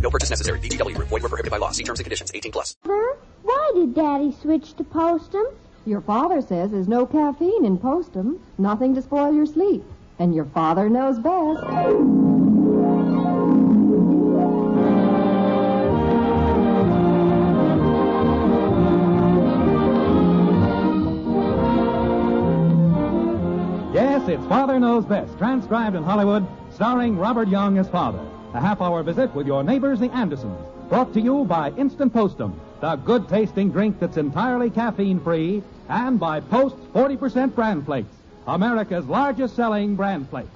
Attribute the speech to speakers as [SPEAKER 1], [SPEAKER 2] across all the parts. [SPEAKER 1] No purchase necessary. BGW. Void were prohibited by law. See terms and conditions. 18 plus.
[SPEAKER 2] Huh? Why did Daddy switch to Postum?
[SPEAKER 3] Your father says there's no caffeine in Postum, nothing to spoil your sleep. And your father knows best.
[SPEAKER 4] Yes, it's Father Knows Best, transcribed in Hollywood, starring Robert Young as father. A half hour visit with your neighbors, the Andersons, brought to you by Instant Postum, the good tasting drink that's entirely caffeine free, and by Post's 40% bran flakes, America's largest selling bran flake.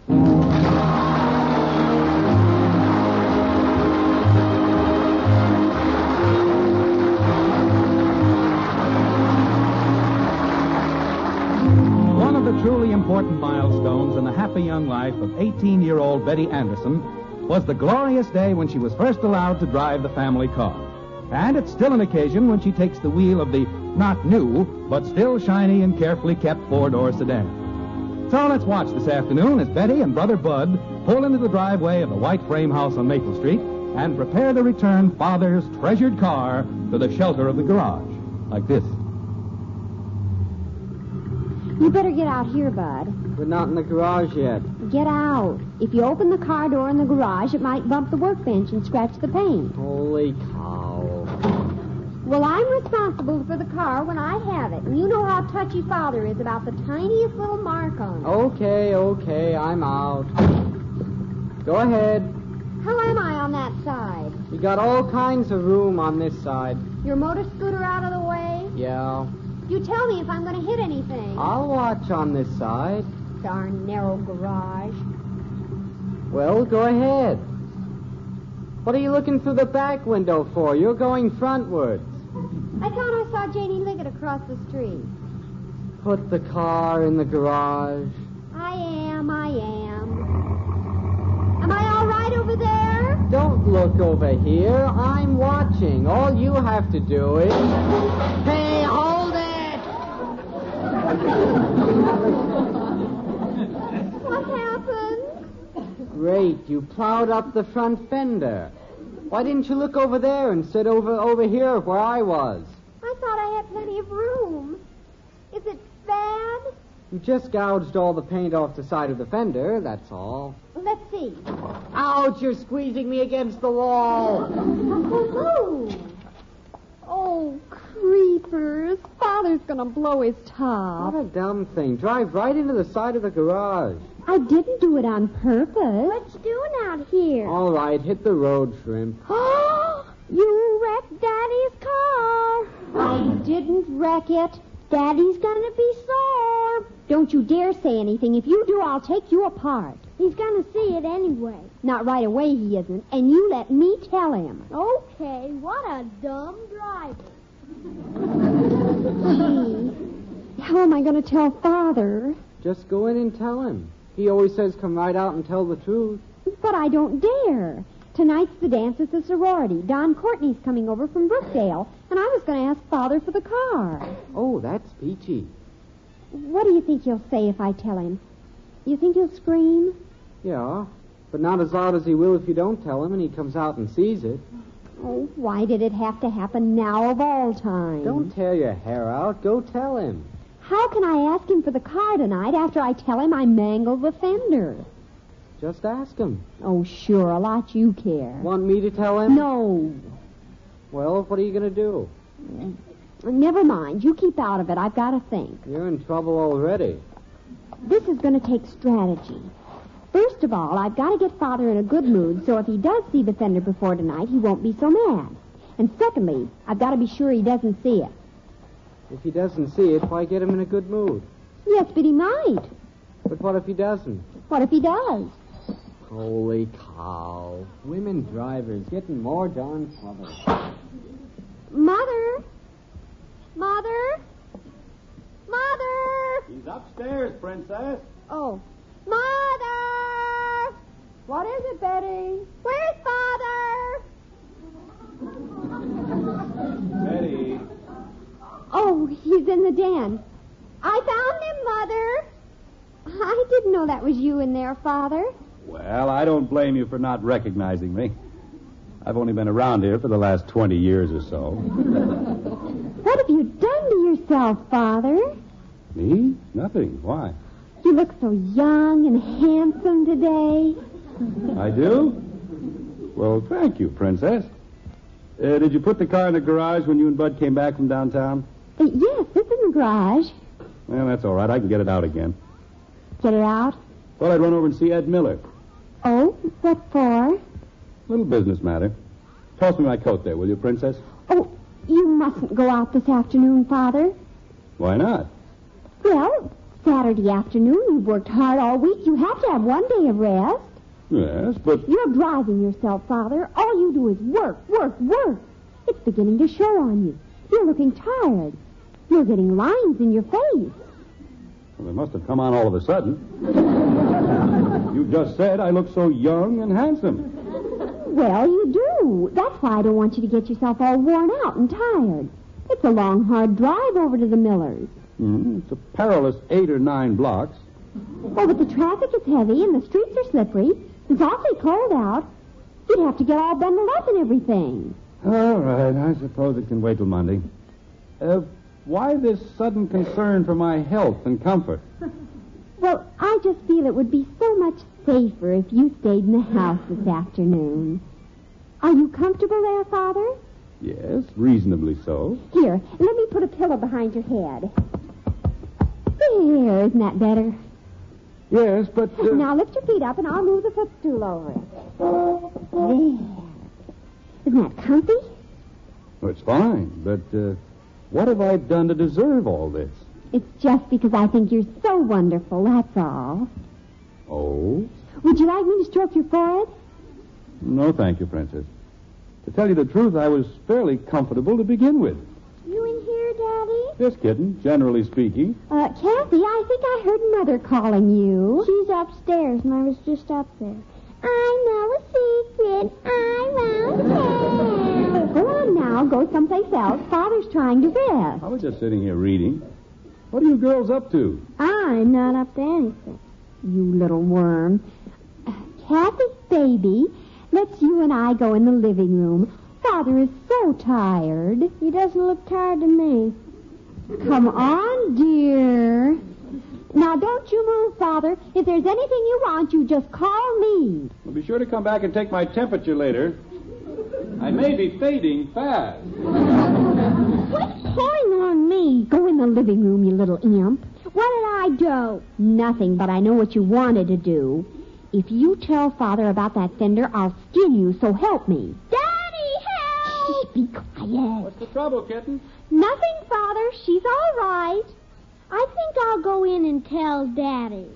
[SPEAKER 4] One of the truly important milestones in the happy young life of 18 year old Betty Anderson was the glorious day when she was first allowed to drive the family car. And it's still an occasion when she takes the wheel of the not new, but still shiny and carefully kept four door sedan. So let's watch this afternoon as Betty and brother Bud pull into the driveway of the white frame house on Maple Street and prepare to return father's treasured car to the shelter of the garage. Like this.
[SPEAKER 2] You better get out here, Bud.
[SPEAKER 5] We're not in the garage yet.
[SPEAKER 2] Get out. If you open the car door in the garage, it might bump the workbench and scratch the paint.
[SPEAKER 5] Holy cow.
[SPEAKER 2] Well, I'm responsible for the car when I have it, and you know how touchy Father is about the tiniest little mark on it.
[SPEAKER 5] Okay, okay, I'm out. Go ahead.
[SPEAKER 2] How am I on that side?
[SPEAKER 5] You got all kinds of room on this side.
[SPEAKER 2] Your motor scooter out of the way?
[SPEAKER 5] Yeah.
[SPEAKER 2] You tell me if I'm going to hit anything.
[SPEAKER 5] I'll watch on this side.
[SPEAKER 2] Darn narrow garage.
[SPEAKER 5] Well, go ahead. What are you looking through the back window for? You're going frontwards.
[SPEAKER 2] I thought I saw Janie Liggett across the street.
[SPEAKER 5] Put the car in the garage.
[SPEAKER 2] I am, I am. Am I all right over there?
[SPEAKER 5] Don't look over here. I'm watching. All you have to do is. Hey, hold it!
[SPEAKER 2] What happened?
[SPEAKER 5] Great, you plowed up the front fender. Why didn't you look over there and sit over over here where I was?
[SPEAKER 2] I thought I had plenty of room. Is it bad?
[SPEAKER 5] You just gouged all the paint off the side of the fender, that's all.
[SPEAKER 2] Let's see.
[SPEAKER 5] Ouch, you're squeezing me against the wall.
[SPEAKER 2] Hello. Oh, creepers. Father's going to blow his top.
[SPEAKER 5] What a dumb thing. Drive right into the side of the garage.
[SPEAKER 2] I didn't do it on purpose. What you doing out here?
[SPEAKER 5] All right, hit the road, Shrimp.
[SPEAKER 2] Oh, you wrecked Daddy's car. I didn't wreck it. Daddy's gonna be sore. Don't you dare say anything. If you do, I'll take you apart. He's gonna see it anyway. Not right away, he isn't. And you let me tell him. Okay, what a dumb driver. Gee, how am I gonna tell Father?
[SPEAKER 5] Just go in and tell him. He always says come right out and tell the truth.
[SPEAKER 2] But I don't dare. Tonight's the dance at the sorority. Don Courtney's coming over from Brookdale, and I was going to ask Father for the car.
[SPEAKER 5] Oh, that's peachy.
[SPEAKER 2] What do you think he'll say if I tell him? You think he'll scream?
[SPEAKER 5] Yeah, but not as loud as he will if you don't tell him and he comes out and sees it.
[SPEAKER 2] Oh, why did it have to happen now of all time?
[SPEAKER 5] Don't tear your hair out. Go tell him.
[SPEAKER 2] How can I ask him for the car tonight after I tell him I mangled the fender?
[SPEAKER 5] Just ask him.
[SPEAKER 2] Oh, sure, a lot you care.
[SPEAKER 5] Want me to tell him?
[SPEAKER 2] No.
[SPEAKER 5] Well, what are you going to do?
[SPEAKER 2] Never mind. You keep out of it. I've got to think.
[SPEAKER 5] You're in trouble already.
[SPEAKER 2] This is going to take strategy. First of all, I've got to get Father in a good mood so if he does see the fender before tonight, he won't be so mad. And secondly, I've got to be sure he doesn't see it.
[SPEAKER 5] If he doesn't see it, why get him in a good mood?
[SPEAKER 2] Yes, but he might.
[SPEAKER 5] But what if he doesn't?
[SPEAKER 2] What if he does?
[SPEAKER 5] Holy cow. Women drivers getting more darn trouble.
[SPEAKER 2] Mother? Mother? Mother?
[SPEAKER 6] He's upstairs, princess.
[SPEAKER 2] Oh. Mother!
[SPEAKER 3] What is it, Betty?
[SPEAKER 2] Where's Father?
[SPEAKER 6] Betty.
[SPEAKER 2] Oh, he's in the den. I found him, Mother. I didn't know that was you in there, Father.
[SPEAKER 6] Well, I don't blame you for not recognizing me. I've only been around here for the last 20 years or so.
[SPEAKER 2] What have you done to yourself, Father?
[SPEAKER 6] me? Nothing. Why?
[SPEAKER 2] You look so young and handsome today.
[SPEAKER 6] I do? Well, thank you, princess. Uh, did you put the car in the garage when you and Bud came back from downtown?
[SPEAKER 2] Uh, yes, it's in the garage.
[SPEAKER 6] Well, that's all right. I can get it out again.
[SPEAKER 2] Get it out.
[SPEAKER 6] Thought I'd run over and see Ed Miller.
[SPEAKER 2] Oh, what for?
[SPEAKER 6] Little business matter. Toss me my coat there, will you, princess?
[SPEAKER 2] Oh, you mustn't go out this afternoon, Father.
[SPEAKER 6] Why not?
[SPEAKER 2] Well, Saturday afternoon, you worked hard all week. You have to have one day of rest.
[SPEAKER 6] Yes, but
[SPEAKER 2] You're driving yourself, Father. All you do is work, work, work. It's beginning to show on you. You're looking tired. You're getting lines in your face.
[SPEAKER 6] Well, they must have come on all of a sudden. you just said I look so young and handsome.
[SPEAKER 2] Well, you do. That's why I don't want you to get yourself all worn out and tired. It's a long, hard drive over to the Millers.
[SPEAKER 6] Mm, it's a perilous eight or nine blocks.
[SPEAKER 2] Oh, but the traffic is heavy and the streets are slippery. It's awfully cold out. You'd have to get all bundled up and everything.
[SPEAKER 6] All right, I suppose it can wait till Monday. Uh, why this sudden concern for my health and comfort?
[SPEAKER 2] Well, I just feel it would be so much safer if you stayed in the house this afternoon. Are you comfortable there, Father?
[SPEAKER 6] Yes, reasonably so.
[SPEAKER 2] Here, let me put a pillow behind your head. There, isn't that better?
[SPEAKER 6] Yes, but uh,
[SPEAKER 2] Now lift your feet up and I'll move the footstool over it. There. Isn't that comfy?
[SPEAKER 6] well, it's fine. But uh, what have I done to deserve all this?
[SPEAKER 2] It's just because I think you're so wonderful, that's all.
[SPEAKER 6] Oh,
[SPEAKER 2] Would you like me to stroke your forehead?
[SPEAKER 6] no, thank you, Princess. To tell you the truth, I was fairly comfortable to begin with.
[SPEAKER 2] You in here, Daddy?
[SPEAKER 6] Yes, kitten. Generally speaking.
[SPEAKER 2] Uh, Kathy, I think I heard Mother calling you. She's upstairs, and I was just up there. I know a secret. I won't tell. Go on now, go someplace else. Father's trying to rest.
[SPEAKER 6] I was just sitting here reading. What are you girls up to?
[SPEAKER 2] I'm Ah, not up to anything. You little worm. Kathy, baby, let's you and I go in the living room. Father is so tired. He doesn't look tired to me. Come on, dear. Now, don't you move, Father. If there's anything you want, you just call me.
[SPEAKER 6] Well, be sure to come back and take my temperature later. I may be fading fast.
[SPEAKER 2] Quit calling on me. Go in the living room, you little imp. What did I do? Nothing, but I know what you wanted to do. If you tell Father about that fender, I'll skin you, so help me. Daddy, help! be quiet.
[SPEAKER 6] What's the trouble, kitten?
[SPEAKER 2] Nothing, Father. She's all right. I think I'll go in and tell Daddy.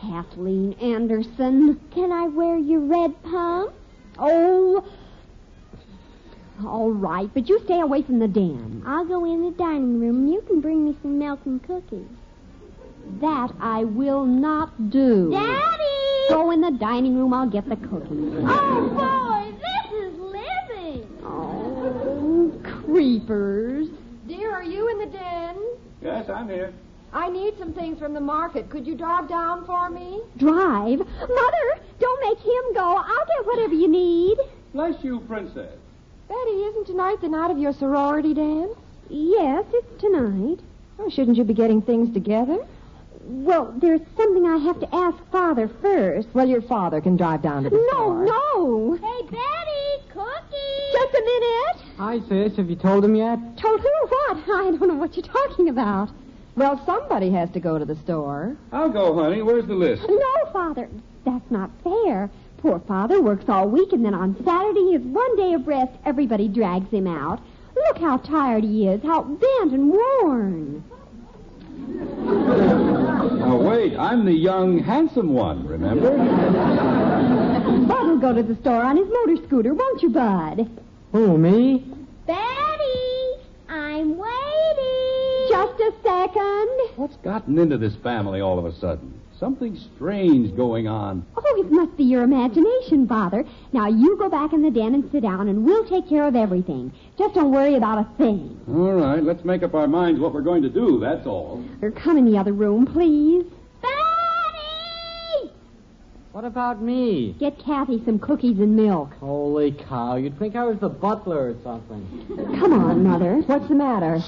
[SPEAKER 2] Kathleen Anderson. Can I wear your red pump? Oh. All right, but you stay away from the den. I'll go in the dining room and you can bring me some milk and cookies. That I will not do. Daddy! Go in the dining room, I'll get the cookies.
[SPEAKER 7] Oh, boy, this is living.
[SPEAKER 2] Oh, creepers.
[SPEAKER 3] Dear, are you in the den?
[SPEAKER 6] Yes, I'm here.
[SPEAKER 3] I need some things from the market. Could you drive down for me?
[SPEAKER 2] Drive? Mother, don't make him go. I'll get whatever you need.
[SPEAKER 6] Bless you, princess.
[SPEAKER 3] Betty, isn't tonight the night of your sorority dance?
[SPEAKER 2] Yes, it's tonight.
[SPEAKER 3] Oh, shouldn't you be getting things together?
[SPEAKER 2] Well, there's something I have to ask Father first.
[SPEAKER 3] Well, your father can drive down to the
[SPEAKER 2] No,
[SPEAKER 3] store.
[SPEAKER 2] no.
[SPEAKER 7] Hey, Betty, cookies.
[SPEAKER 2] Just a minute.
[SPEAKER 5] Hi, sis. Have you told him yet?
[SPEAKER 2] Told who what? I don't know what you're talking about.
[SPEAKER 3] Well, somebody has to go to the store.
[SPEAKER 6] I'll go, honey. Where's the list?
[SPEAKER 2] No, Father. That's not fair. Poor Father works all week, and then on Saturday, his one day of rest, everybody drags him out. Look how tired he is, how bent and worn.
[SPEAKER 6] Now, wait. I'm the young, handsome one, remember?
[SPEAKER 2] Bud'll go to the store on his motor scooter, won't you, Bud?
[SPEAKER 5] Who, me?
[SPEAKER 7] Betty, I'm waiting.
[SPEAKER 2] Just a second.
[SPEAKER 6] What's gotten into this family all of a sudden? Something strange going on.
[SPEAKER 2] Oh, it must be your imagination, Father. Now you go back in the den and sit down, and we'll take care of everything. Just don't worry about a thing.
[SPEAKER 6] All right, let's make up our minds what we're going to do, that's all.
[SPEAKER 2] Or Uh, come in the other room, please.
[SPEAKER 5] What about me?
[SPEAKER 2] Get Kathy some cookies and milk.
[SPEAKER 5] Holy cow, you'd think I was the butler or something.
[SPEAKER 2] Come on, Mother.
[SPEAKER 3] What's the matter?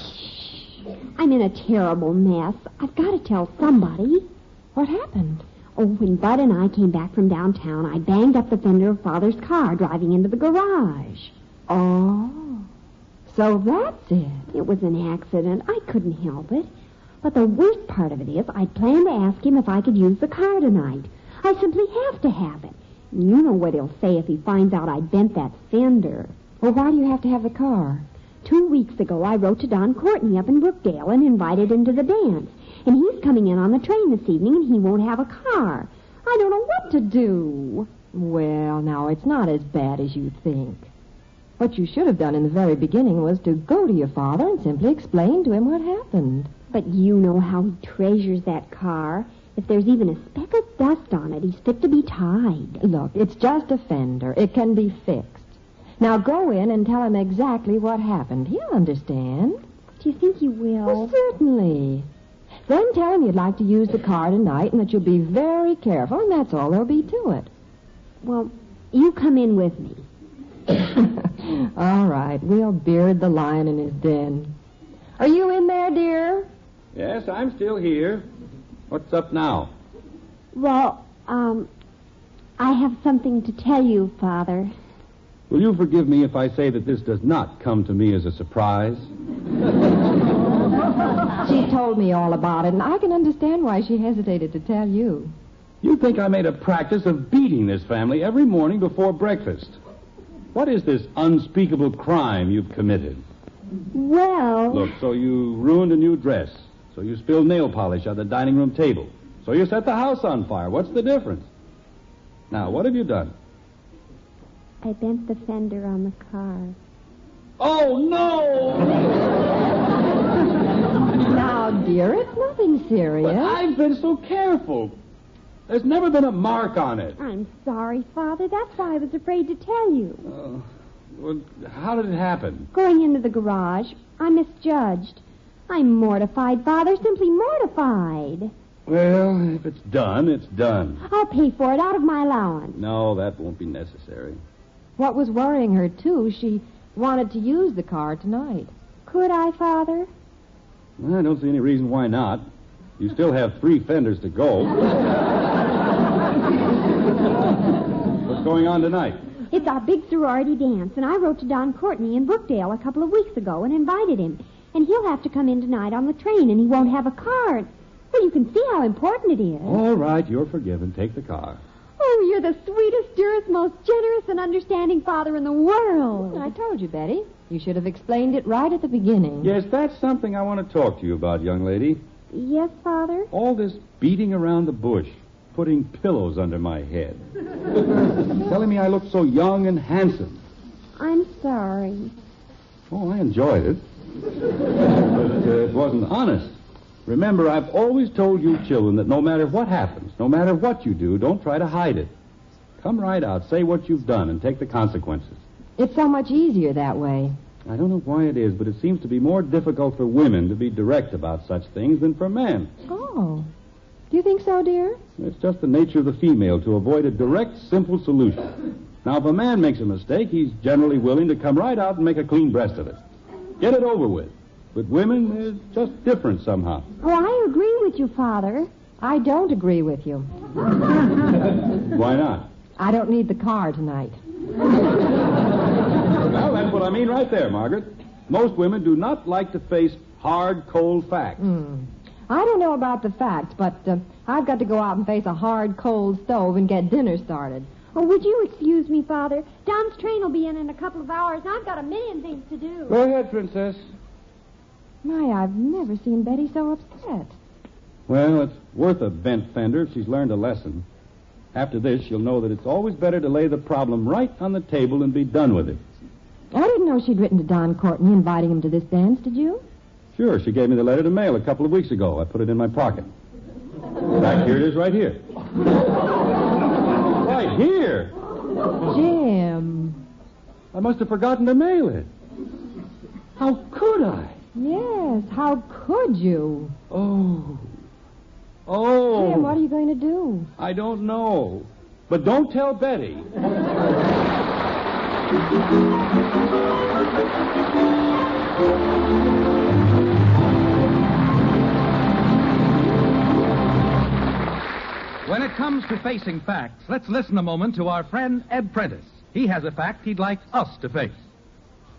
[SPEAKER 2] I'm in a terrible mess. I've got to tell somebody.
[SPEAKER 3] What happened?
[SPEAKER 2] Oh, when Bud and I came back from downtown, I banged up the fender of Father's car driving into the garage.
[SPEAKER 3] Oh. So that's it.
[SPEAKER 2] It was an accident. I couldn't help it. But the worst part of it is, I planned to ask him if I could use the car tonight. I simply have to have it. You know what he'll say if he finds out I bent that fender.
[SPEAKER 3] Well, why do you have to have the car?
[SPEAKER 2] Two weeks ago, I wrote to Don Courtney up in Brookdale and invited him to the dance. And he's coming in on the train this evening, and he won't have a car. I don't know what to do.
[SPEAKER 3] Well, now, it's not as bad as you think. What you should have done in the very beginning was to go to your father and simply explain to him what happened.
[SPEAKER 2] But you know how he treasures that car. If there's even a speck of dust on it, he's fit to be tied.
[SPEAKER 3] Look, it's just a fender. It can be fixed. Now go in and tell him exactly what happened. He'll understand.
[SPEAKER 2] Do you think he will?
[SPEAKER 3] Well, certainly. Then tell him you'd like to use the car tonight and that you'll be very careful, and that's all there'll be to it.
[SPEAKER 2] Well, you come in with me.
[SPEAKER 3] all right, we'll beard the lion in his den. Are you in there, dear?
[SPEAKER 6] Yes, I'm still here. What's up now?
[SPEAKER 2] Well, um, I have something to tell you, Father.
[SPEAKER 6] Will you forgive me if I say that this does not come to me as a surprise?
[SPEAKER 3] she told me all about it, and I can understand why she hesitated to tell you.
[SPEAKER 6] You think I made a practice of beating this family every morning before breakfast. What is this unspeakable crime you've committed?
[SPEAKER 2] Well.
[SPEAKER 6] Look, so you ruined a new dress. So you spilled nail polish on the dining room table. So you set the house on fire. What's the difference? Now, what have you done?
[SPEAKER 2] I bent the fender on the car.
[SPEAKER 6] Oh, no!
[SPEAKER 3] now, dear, it's nothing serious.
[SPEAKER 6] But I've been so careful. There's never been a mark on it.
[SPEAKER 2] I'm sorry, Father. That's why I was afraid to tell you.
[SPEAKER 6] Uh, well, how did it happen?
[SPEAKER 2] Going into the garage, I misjudged. I'm mortified, Father, simply mortified.
[SPEAKER 6] Well, if it's done, it's done.
[SPEAKER 2] I'll pay for it out of my allowance.
[SPEAKER 6] No, that won't be necessary.
[SPEAKER 3] What was worrying her, too, she wanted to use the car tonight.
[SPEAKER 2] Could I, Father?
[SPEAKER 6] Well, I don't see any reason why not. You still have three fenders to go. What's going on tonight?
[SPEAKER 2] It's our big sorority dance, and I wrote to Don Courtney in Brookdale a couple of weeks ago and invited him. And he'll have to come in tonight on the train, and he won't have a car. Well, you can see how important it is.
[SPEAKER 6] All right, you're forgiven. Take the car.
[SPEAKER 2] Oh, you're the sweetest, dearest, most generous, and understanding father in the world.
[SPEAKER 3] I told you, Betty. You should have explained it right at the beginning.
[SPEAKER 6] Yes, that's something I want to talk to you about, young lady.
[SPEAKER 2] Yes, Father?
[SPEAKER 6] All this beating around the bush, putting pillows under my head, telling me I look so young and handsome.
[SPEAKER 2] I'm sorry.
[SPEAKER 6] Oh, I enjoyed it but uh, it wasn't honest. Remember, I've always told you children that no matter what happens, no matter what you do, don't try to hide it. Come right out, say what you've done, and take the consequences.
[SPEAKER 3] It's so much easier that way.
[SPEAKER 6] I don't know why it is, but it seems to be more difficult for women to be direct about such things than for men.
[SPEAKER 3] Oh. Do you think so, dear?
[SPEAKER 6] It's just the nature of the female to avoid a direct, simple solution. Now, if a man makes a mistake, he's generally willing to come right out and make a clean breast of it get it over with. With women, it's just different somehow.
[SPEAKER 2] Oh, I agree with you, Father.
[SPEAKER 3] I don't agree with you.
[SPEAKER 6] Why not?
[SPEAKER 3] I don't need the car tonight.
[SPEAKER 6] well, That's what I mean right there, Margaret. Most women do not like to face hard, cold facts.
[SPEAKER 3] I don't know about the facts, but uh, I've got to go out and face a hard, cold stove and get dinner started.
[SPEAKER 2] Oh, would you excuse me, Father? Dom's train will be in in a couple of hours, and I've got a million things to do.
[SPEAKER 6] Go ahead, Princess.
[SPEAKER 3] My, I've never seen Betty so upset.
[SPEAKER 6] Well, it's worth a bent fender if she's learned a lesson. After this, she'll know that it's always better to lay the problem right on the table and be done with it.
[SPEAKER 3] I didn't know she'd written to Don Courtney inviting him to this dance, did you?
[SPEAKER 6] Sure, she gave me the letter to mail a couple of weeks ago. I put it in my pocket. In fact, here it is right here. Right here?
[SPEAKER 3] Jim.
[SPEAKER 6] I must have forgotten to mail it. How could I?
[SPEAKER 3] Yes, how could you?
[SPEAKER 6] Oh. Oh.
[SPEAKER 3] Jim, what are you going to do?
[SPEAKER 6] I don't know. But don't tell Betty.
[SPEAKER 4] When it comes to facing facts, let's listen a moment to our friend Ed Prentice. He has a fact he'd like us to face.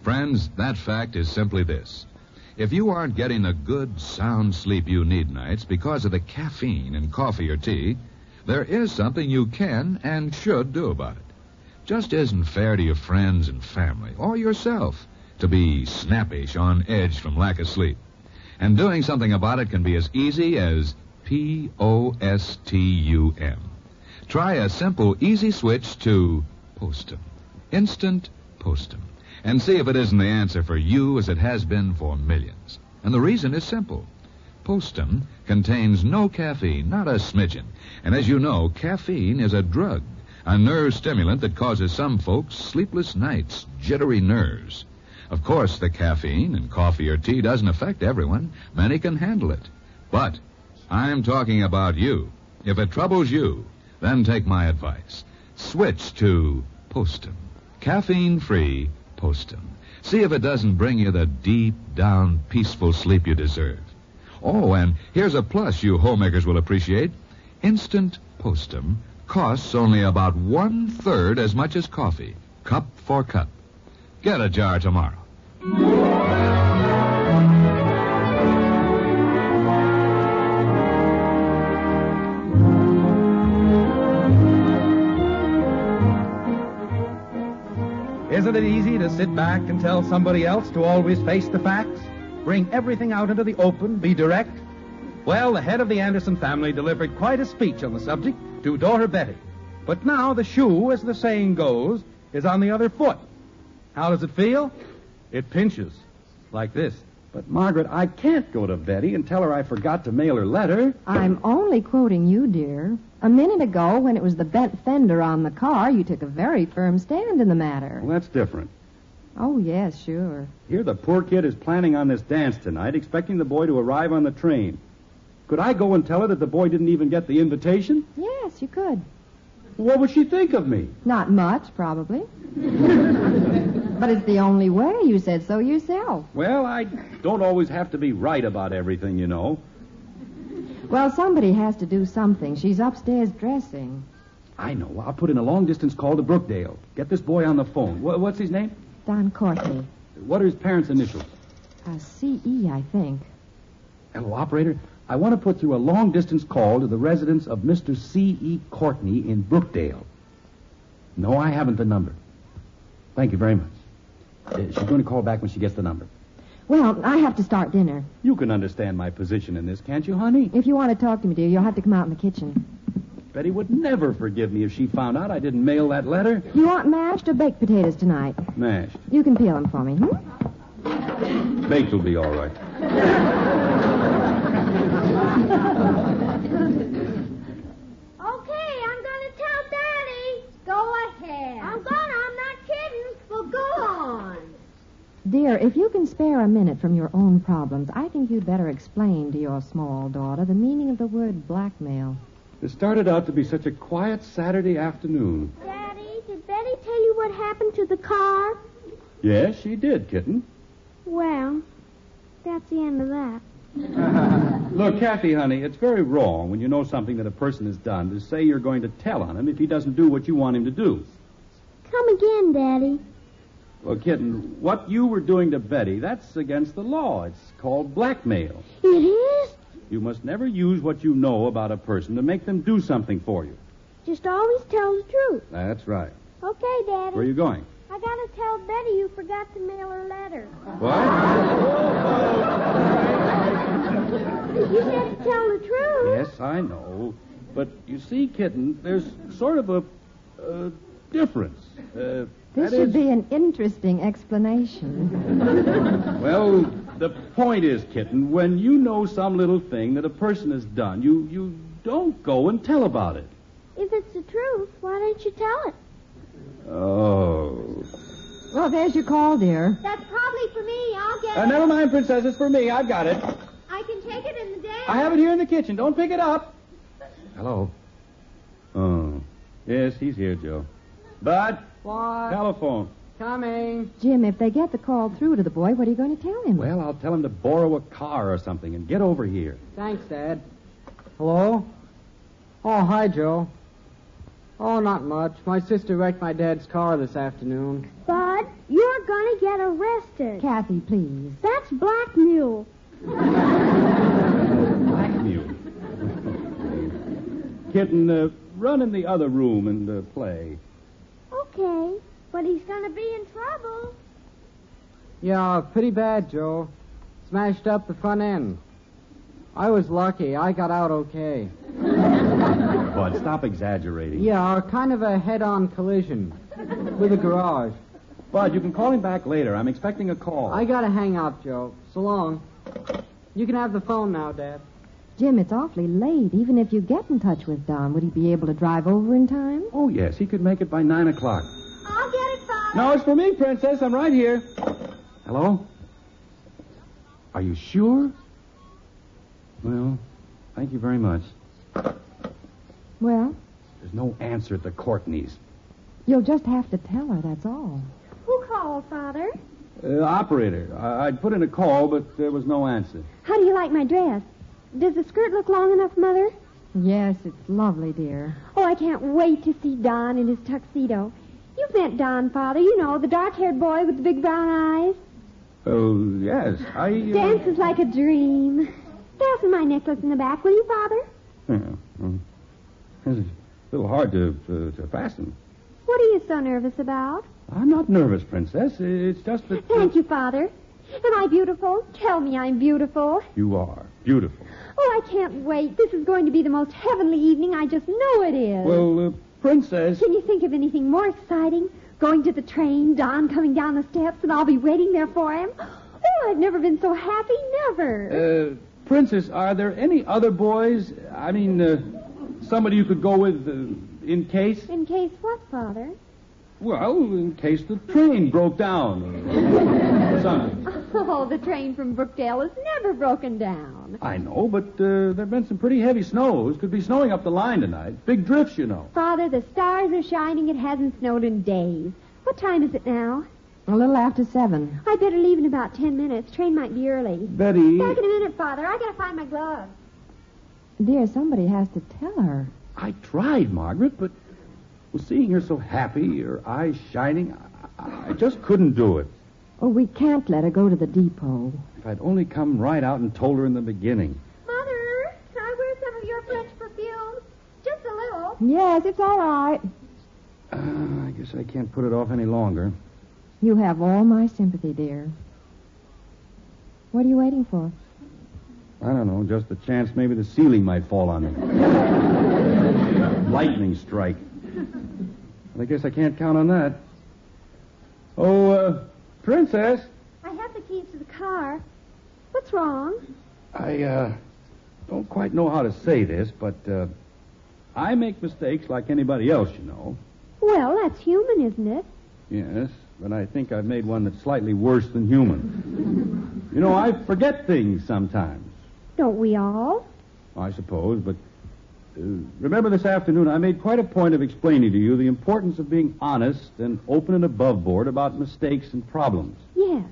[SPEAKER 8] Friends, that fact is simply this. If you aren't getting the good, sound sleep you need nights because of the caffeine in coffee or tea, there is something you can and should do about it. Just isn't fair to your friends and family or yourself to be snappish on edge from lack of sleep. And doing something about it can be as easy as P O S T U M. Try a simple, easy switch to Postum. Instant Postum. And see if it isn't the answer for you as it has been for millions. And the reason is simple. Postum contains no caffeine, not a smidgen. And as you know, caffeine is a drug, a nerve stimulant that causes some folks sleepless nights, jittery nerves. Of course, the caffeine in coffee or tea doesn't affect everyone. Many can handle it. But I'm talking about you. If it troubles you, then take my advice. Switch to Postum. Caffeine free Postum. See if it doesn't bring you the deep down peaceful sleep you deserve. Oh, and here's a plus you homemakers will appreciate. Instant Postum costs only about one third as much as coffee, cup for cup. Get a jar tomorrow.
[SPEAKER 4] Isn't it easy to sit back and tell somebody else to always face the facts? Bring everything out into the open, be direct? Well, the head of the Anderson family delivered quite a speech on the subject to daughter Betty. But now the shoe, as the saying goes, is on the other foot. How does it feel? It pinches. Like this.
[SPEAKER 6] But, Margaret, I can't go to Betty and tell her I forgot to mail her letter.
[SPEAKER 3] I'm only quoting you, dear. A minute ago, when it was the bent fender on the car, you took a very firm stand in the matter.
[SPEAKER 6] Well, that's different.
[SPEAKER 3] Oh, yes, sure.
[SPEAKER 6] Here, the poor kid is planning on this dance tonight, expecting the boy to arrive on the train. Could I go and tell her that the boy didn't even get the invitation?
[SPEAKER 3] Yes, you could.
[SPEAKER 6] What would she think of me?
[SPEAKER 3] Not much, probably. but it's the only way. You said so yourself.
[SPEAKER 6] Well, I don't always have to be right about everything, you know.
[SPEAKER 3] Well, somebody has to do something. She's upstairs dressing.
[SPEAKER 6] I know. I'll put in a long distance call to Brookdale. Get this boy on the phone. Wha- what's his name?
[SPEAKER 3] Don Courtney.
[SPEAKER 6] What are his parents' initials?
[SPEAKER 3] A CE, I think.
[SPEAKER 6] Hello, operator. I want to put through a long distance call to the residence of Mr. C.E. Courtney in Brookdale. No, I haven't the number. Thank you very much. Uh, she's going to call back when she gets the number.
[SPEAKER 3] Well, I have to start dinner.
[SPEAKER 6] You can understand my position in this, can't you, honey?
[SPEAKER 3] If you want to talk to me, dear, you'll have to come out in the kitchen.
[SPEAKER 6] Betty would never forgive me if she found out I didn't mail that letter.
[SPEAKER 3] You want mashed or baked potatoes tonight?
[SPEAKER 6] Mashed.
[SPEAKER 3] You can peel them for me, hmm?
[SPEAKER 6] Baked will be all right.
[SPEAKER 7] Okay, I'm gonna tell Daddy. Go ahead. I'm gonna, I'm not kidding. Well, go on.
[SPEAKER 3] Dear, if you can spare a minute from your own problems, I think you'd better explain to your small daughter the meaning of the word blackmail.
[SPEAKER 6] It started out to be such a quiet Saturday afternoon.
[SPEAKER 7] Daddy, did Betty tell you what happened to the car?
[SPEAKER 6] Yes, she did, kitten.
[SPEAKER 7] Well, that's the end of that.
[SPEAKER 6] Look, Kathy, honey, it's very wrong when you know something that a person has done to say you're going to tell on him if he doesn't do what you want him to do.
[SPEAKER 7] Come again, Daddy.
[SPEAKER 6] Well, kitten, what you were doing to Betty, that's against the law. It's called blackmail.
[SPEAKER 7] It is?
[SPEAKER 6] You must never use what you know about a person to make them do something for you.
[SPEAKER 7] Just always tell the truth.
[SPEAKER 6] That's right.
[SPEAKER 2] Okay, Daddy.
[SPEAKER 6] Where are you going?
[SPEAKER 2] I gotta tell Betty you forgot to mail her letter.
[SPEAKER 6] What?
[SPEAKER 2] you said to tell the truth.
[SPEAKER 6] Yes, I know. But you see, kitten, there's sort of a, uh difference. Uh,
[SPEAKER 3] This
[SPEAKER 6] that
[SPEAKER 3] should
[SPEAKER 6] is-
[SPEAKER 3] be an interesting explanation.
[SPEAKER 6] Well, the point is, kitten, when you know some little thing that a person has done, you, you don't go and tell about it.
[SPEAKER 2] If it's the truth, why don't you tell it?
[SPEAKER 6] Oh.
[SPEAKER 3] well, there's your call, dear.
[SPEAKER 2] That's probably for me. I'll get
[SPEAKER 6] Uh,
[SPEAKER 2] it.
[SPEAKER 6] never mind, Princess. It's for me. I've got it.
[SPEAKER 2] I can take it in the day.
[SPEAKER 6] I have it here in the kitchen. Don't pick it up. Hello. Oh. Yes, he's here, Joe. Bud,
[SPEAKER 5] What?
[SPEAKER 6] telephone.
[SPEAKER 5] Coming.
[SPEAKER 3] Jim, if they get the call through to the boy, what are you going to tell him?
[SPEAKER 6] Well, I'll tell him to borrow a car or something and get over here.
[SPEAKER 5] Thanks, Dad. Hello? Oh, hi, Joe. Oh, not much. My sister wrecked my dad's car this afternoon.
[SPEAKER 2] Bud, you're gonna get arrested.
[SPEAKER 3] Kathy, please.
[SPEAKER 2] That's blackmail.
[SPEAKER 6] Blackmail. Kitten, uh, run in the other room and uh, play.
[SPEAKER 2] Okay, but he's gonna be in trouble.
[SPEAKER 5] Yeah, pretty bad, Joe. Smashed up the front end. I was lucky. I got out okay.
[SPEAKER 6] Bud, stop exaggerating.
[SPEAKER 5] Yeah, kind of a head-on collision with a garage.
[SPEAKER 6] Bud, you can call him back later. I'm expecting a call.
[SPEAKER 5] I gotta hang up, Joe. So long. You can have the phone now, Dad.
[SPEAKER 3] Jim, it's awfully late. Even if you get in touch with Don, would he be able to drive over in time?
[SPEAKER 6] Oh, yes, he could make it by 9 o'clock.
[SPEAKER 2] I'll get it, Father.
[SPEAKER 6] No, it's for me, Princess. I'm right here. Hello? Are you sure? Well, thank you very much.
[SPEAKER 3] Well,
[SPEAKER 6] There's no answer at the Courtney's.
[SPEAKER 3] you'll just have to tell her, that's all.
[SPEAKER 2] Who called, Father?
[SPEAKER 6] Uh, operator, I- I'd put in a call, but there was no answer.
[SPEAKER 2] How do you like my dress? Does the skirt look long enough, Mother?
[SPEAKER 3] Yes, it's lovely, dear.
[SPEAKER 2] Oh, I can't wait to see Don in his tuxedo. You've met Don, Father. You know, the dark-haired boy with the big brown eyes.
[SPEAKER 6] Oh, yes, I. Uh...
[SPEAKER 2] Dances like a dream. Fasten my necklace in the back, will you, Father?
[SPEAKER 6] It's a little hard to, to, to fasten.
[SPEAKER 2] What are you so nervous about?
[SPEAKER 6] I'm not nervous, Princess. It's just that. uh,
[SPEAKER 2] Thank you, Father. Am I beautiful? Tell me I'm beautiful.
[SPEAKER 6] You are beautiful.
[SPEAKER 2] Oh, I can't wait. This is going to be the most heavenly evening. I just know it is.
[SPEAKER 6] Well, uh, Princess.
[SPEAKER 2] Can you think of anything more exciting? Going to the train, Don coming down the steps, and I'll be waiting there for him. Oh, I've never been so happy, never.
[SPEAKER 6] Uh, Princess, are there any other boys? I mean, uh, somebody you could go with uh, in case?
[SPEAKER 2] In case what, Father?
[SPEAKER 6] Well, in case the train broke down or something.
[SPEAKER 2] Oh, the train from Brookdale is never broken down.
[SPEAKER 6] I know, but uh, there have been some pretty heavy snows. Could be snowing up the line tonight. Big drifts, you know.
[SPEAKER 2] Father, the stars are shining. It hasn't snowed in days. What time is it now?
[SPEAKER 3] A little after seven.
[SPEAKER 2] I better leave in about ten minutes. Train might be early.
[SPEAKER 6] Betty,
[SPEAKER 2] Back in a minute, Father. I gotta find my gloves.
[SPEAKER 3] Dear, somebody has to tell her.
[SPEAKER 6] I tried, Margaret, but well, seeing her so happy, her eyes shining, I- I, I just couldn't do it.
[SPEAKER 3] Oh, we can't let her go to the depot.
[SPEAKER 6] If I'd only come right out and told her in the beginning.
[SPEAKER 2] Mother, can I wear some of your French perfume? Just a little.
[SPEAKER 3] Yes, it's all right.
[SPEAKER 6] Uh, I guess I can't put it off any longer.
[SPEAKER 3] You have all my sympathy, dear. What are you waiting for?
[SPEAKER 6] I don't know, just the chance maybe the ceiling might fall on me. Lightning strike. Well, I guess I can't count on that. Oh, uh, Princess,
[SPEAKER 2] I have the keys to the car. What's wrong?
[SPEAKER 6] I, uh, don't quite know how to say this, but, uh, I make mistakes like anybody else, you know.
[SPEAKER 2] Well, that's human, isn't it?
[SPEAKER 6] Yes, but I think I've made one that's slightly worse than human. you know, I forget things sometimes,
[SPEAKER 2] Don't we all?
[SPEAKER 6] I suppose, but. Uh, remember this afternoon, I made quite a point of explaining to you the importance of being honest and open and above board about mistakes and problems.
[SPEAKER 2] Yes.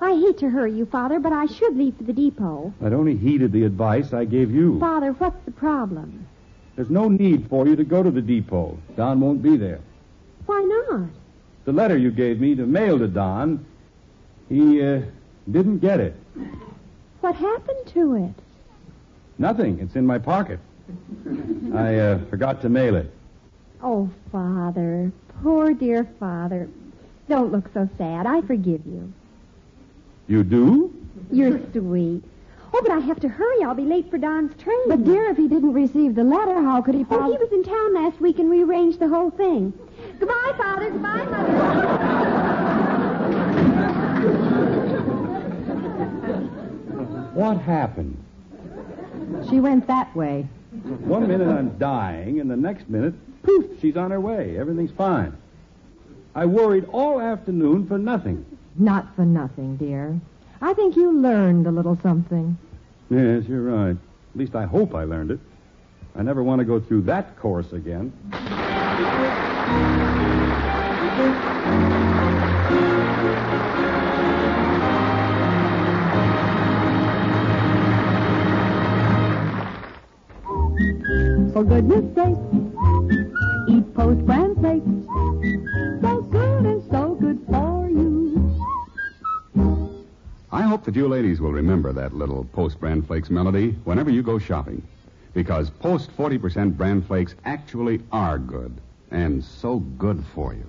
[SPEAKER 2] I hate to hurry you, Father, but I should leave for the depot.
[SPEAKER 6] I'd only heeded the advice I gave you.
[SPEAKER 2] Father, what's the problem?
[SPEAKER 6] There's no need for you to go to the depot. Don won't be there.
[SPEAKER 2] Why not?
[SPEAKER 6] the letter you gave me to mail to Don, he uh, didn't get it.
[SPEAKER 2] What happened to it?
[SPEAKER 6] Nothing. It's in my pocket. I uh, forgot to mail it.
[SPEAKER 2] Oh, Father. Poor dear Father. Don't look so sad. I forgive you.
[SPEAKER 6] You do?
[SPEAKER 2] You're sweet. Oh, but I have to hurry. I'll be late for Don's train.
[SPEAKER 9] But, dear, if he didn't receive the letter, how could he
[SPEAKER 2] Oh,
[SPEAKER 9] follow?
[SPEAKER 2] he was in town last week and we arranged the whole thing. Goodbye, Father. Goodbye,
[SPEAKER 6] What happened?
[SPEAKER 3] She went that way.
[SPEAKER 6] One minute I'm dying, and the next minute, poof, she's on her way. Everything's fine. I worried all afternoon for nothing.
[SPEAKER 3] Not for nothing, dear. I think you learned a little something.
[SPEAKER 6] Yes, you're right. At least I hope I learned it. I never want to go through that course again.
[SPEAKER 9] For goodness sake, eat post bran flakes. So good and so good for you.
[SPEAKER 10] I hope that you ladies will remember that little Post Bran Flakes melody whenever you go shopping, because Post 40% Bran Flakes actually are good, and so good for you.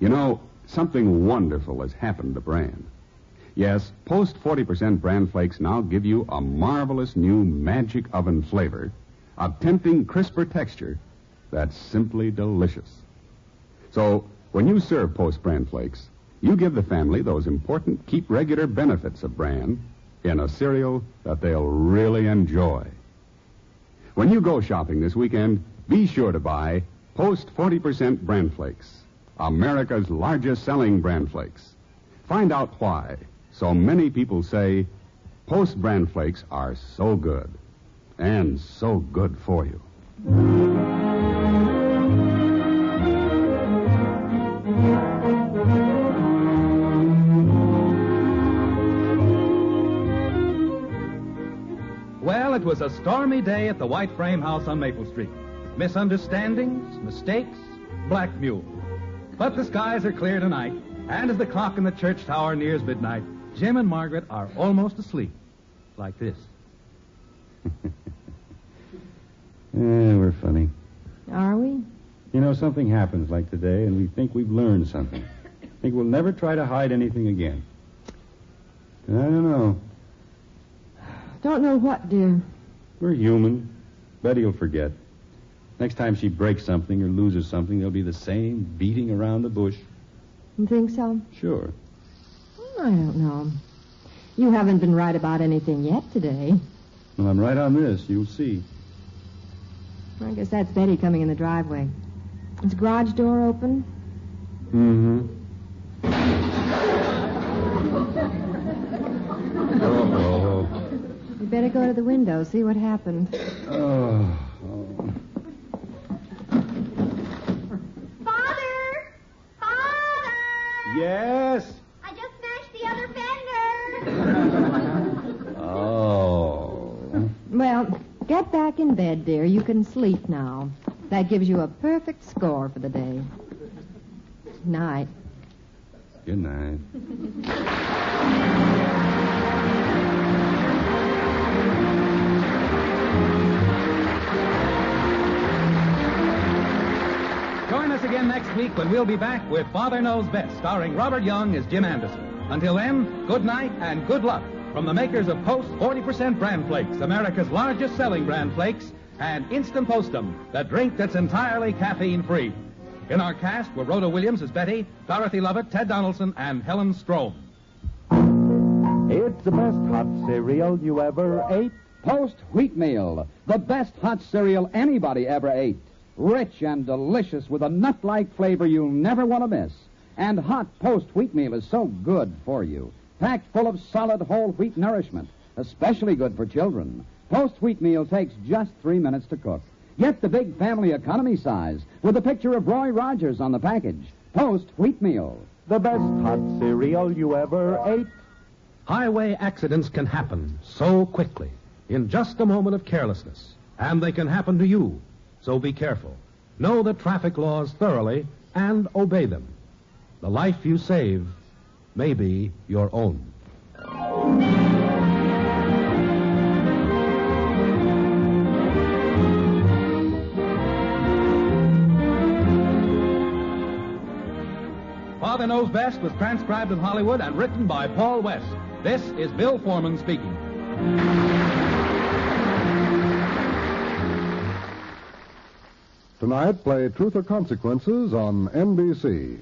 [SPEAKER 10] You know, something wonderful has happened to Bran. Yes, Post 40% Bran Flakes now give you a marvelous new magic oven flavor, a tempting crisper texture that's simply delicious. So, when you serve Post Bran Flakes, you give the family those important keep regular benefits of bran in a cereal that they'll really enjoy. When you go shopping this weekend, be sure to buy Post 40% Bran Flakes, America's largest selling bran flakes. Find out why so many people say Post Bran Flakes are so good and so good for you.
[SPEAKER 4] Well, it was a stormy day at the White Frame House on Maple Street. Misunderstandings, mistakes, black mule. But the skies are clear tonight, and as the clock in the church tower nears midnight, Jim and Margaret are almost asleep. Like this.
[SPEAKER 6] Yeah, we're funny.
[SPEAKER 3] Are we?
[SPEAKER 6] You know, something happens like today, and we think we've learned something. Think we'll never try to hide anything again. I don't know.
[SPEAKER 3] Don't know what, dear.
[SPEAKER 6] We're human. Betty will forget. Next time she breaks something or loses something, there'll be the same beating around the bush.
[SPEAKER 3] You think so?
[SPEAKER 6] Sure.
[SPEAKER 3] I don't know. You haven't been right about anything yet today.
[SPEAKER 6] Well, I'm right on this. You'll see.
[SPEAKER 3] I guess that's Betty coming in the driveway. Is the garage door open?
[SPEAKER 6] Mm-hmm.
[SPEAKER 3] You better go to the window, see what happened.
[SPEAKER 6] Oh.
[SPEAKER 7] Father!
[SPEAKER 6] Yes.
[SPEAKER 7] I just smashed the other fender!
[SPEAKER 6] Oh.
[SPEAKER 3] Well, get back in bed, dear. You can sleep now. That gives you a perfect score for the day. Night.
[SPEAKER 6] Good night.
[SPEAKER 4] Join us again next week when we'll be back with Father Knows Best, starring Robert Young as Jim Anderson. Until then, good night and good luck from the makers of Post 40% Bran Flakes, America's largest selling bran flakes, and Instant Postum, the drink that's entirely caffeine free. In our cast were Rhoda Williams as Betty, Dorothy Lovett, Ted Donaldson, and Helen Strome.
[SPEAKER 5] It's the best hot cereal you ever ate. Post Wheat Meal, the best hot cereal anybody ever ate. Rich and delicious with a nut like flavor you'll never want to miss. And hot Post Wheat Meal is so good for you. Packed full of solid whole wheat nourishment, especially good for children. Post Wheat Meal takes just three minutes to cook. Get the big family economy size with a picture of Roy Rogers on the package. Post Wheat Meal, the best hot cereal you ever ate.
[SPEAKER 11] Highway accidents can happen so quickly, in just a moment of carelessness, and they can happen to you. So be careful. Know the traffic laws thoroughly and obey them.
[SPEAKER 12] The life you save may be your own.
[SPEAKER 4] Father Knows Best was transcribed in Hollywood and written by Paul West. This is Bill Foreman speaking.
[SPEAKER 6] Tonight, play Truth or Consequences on NBC.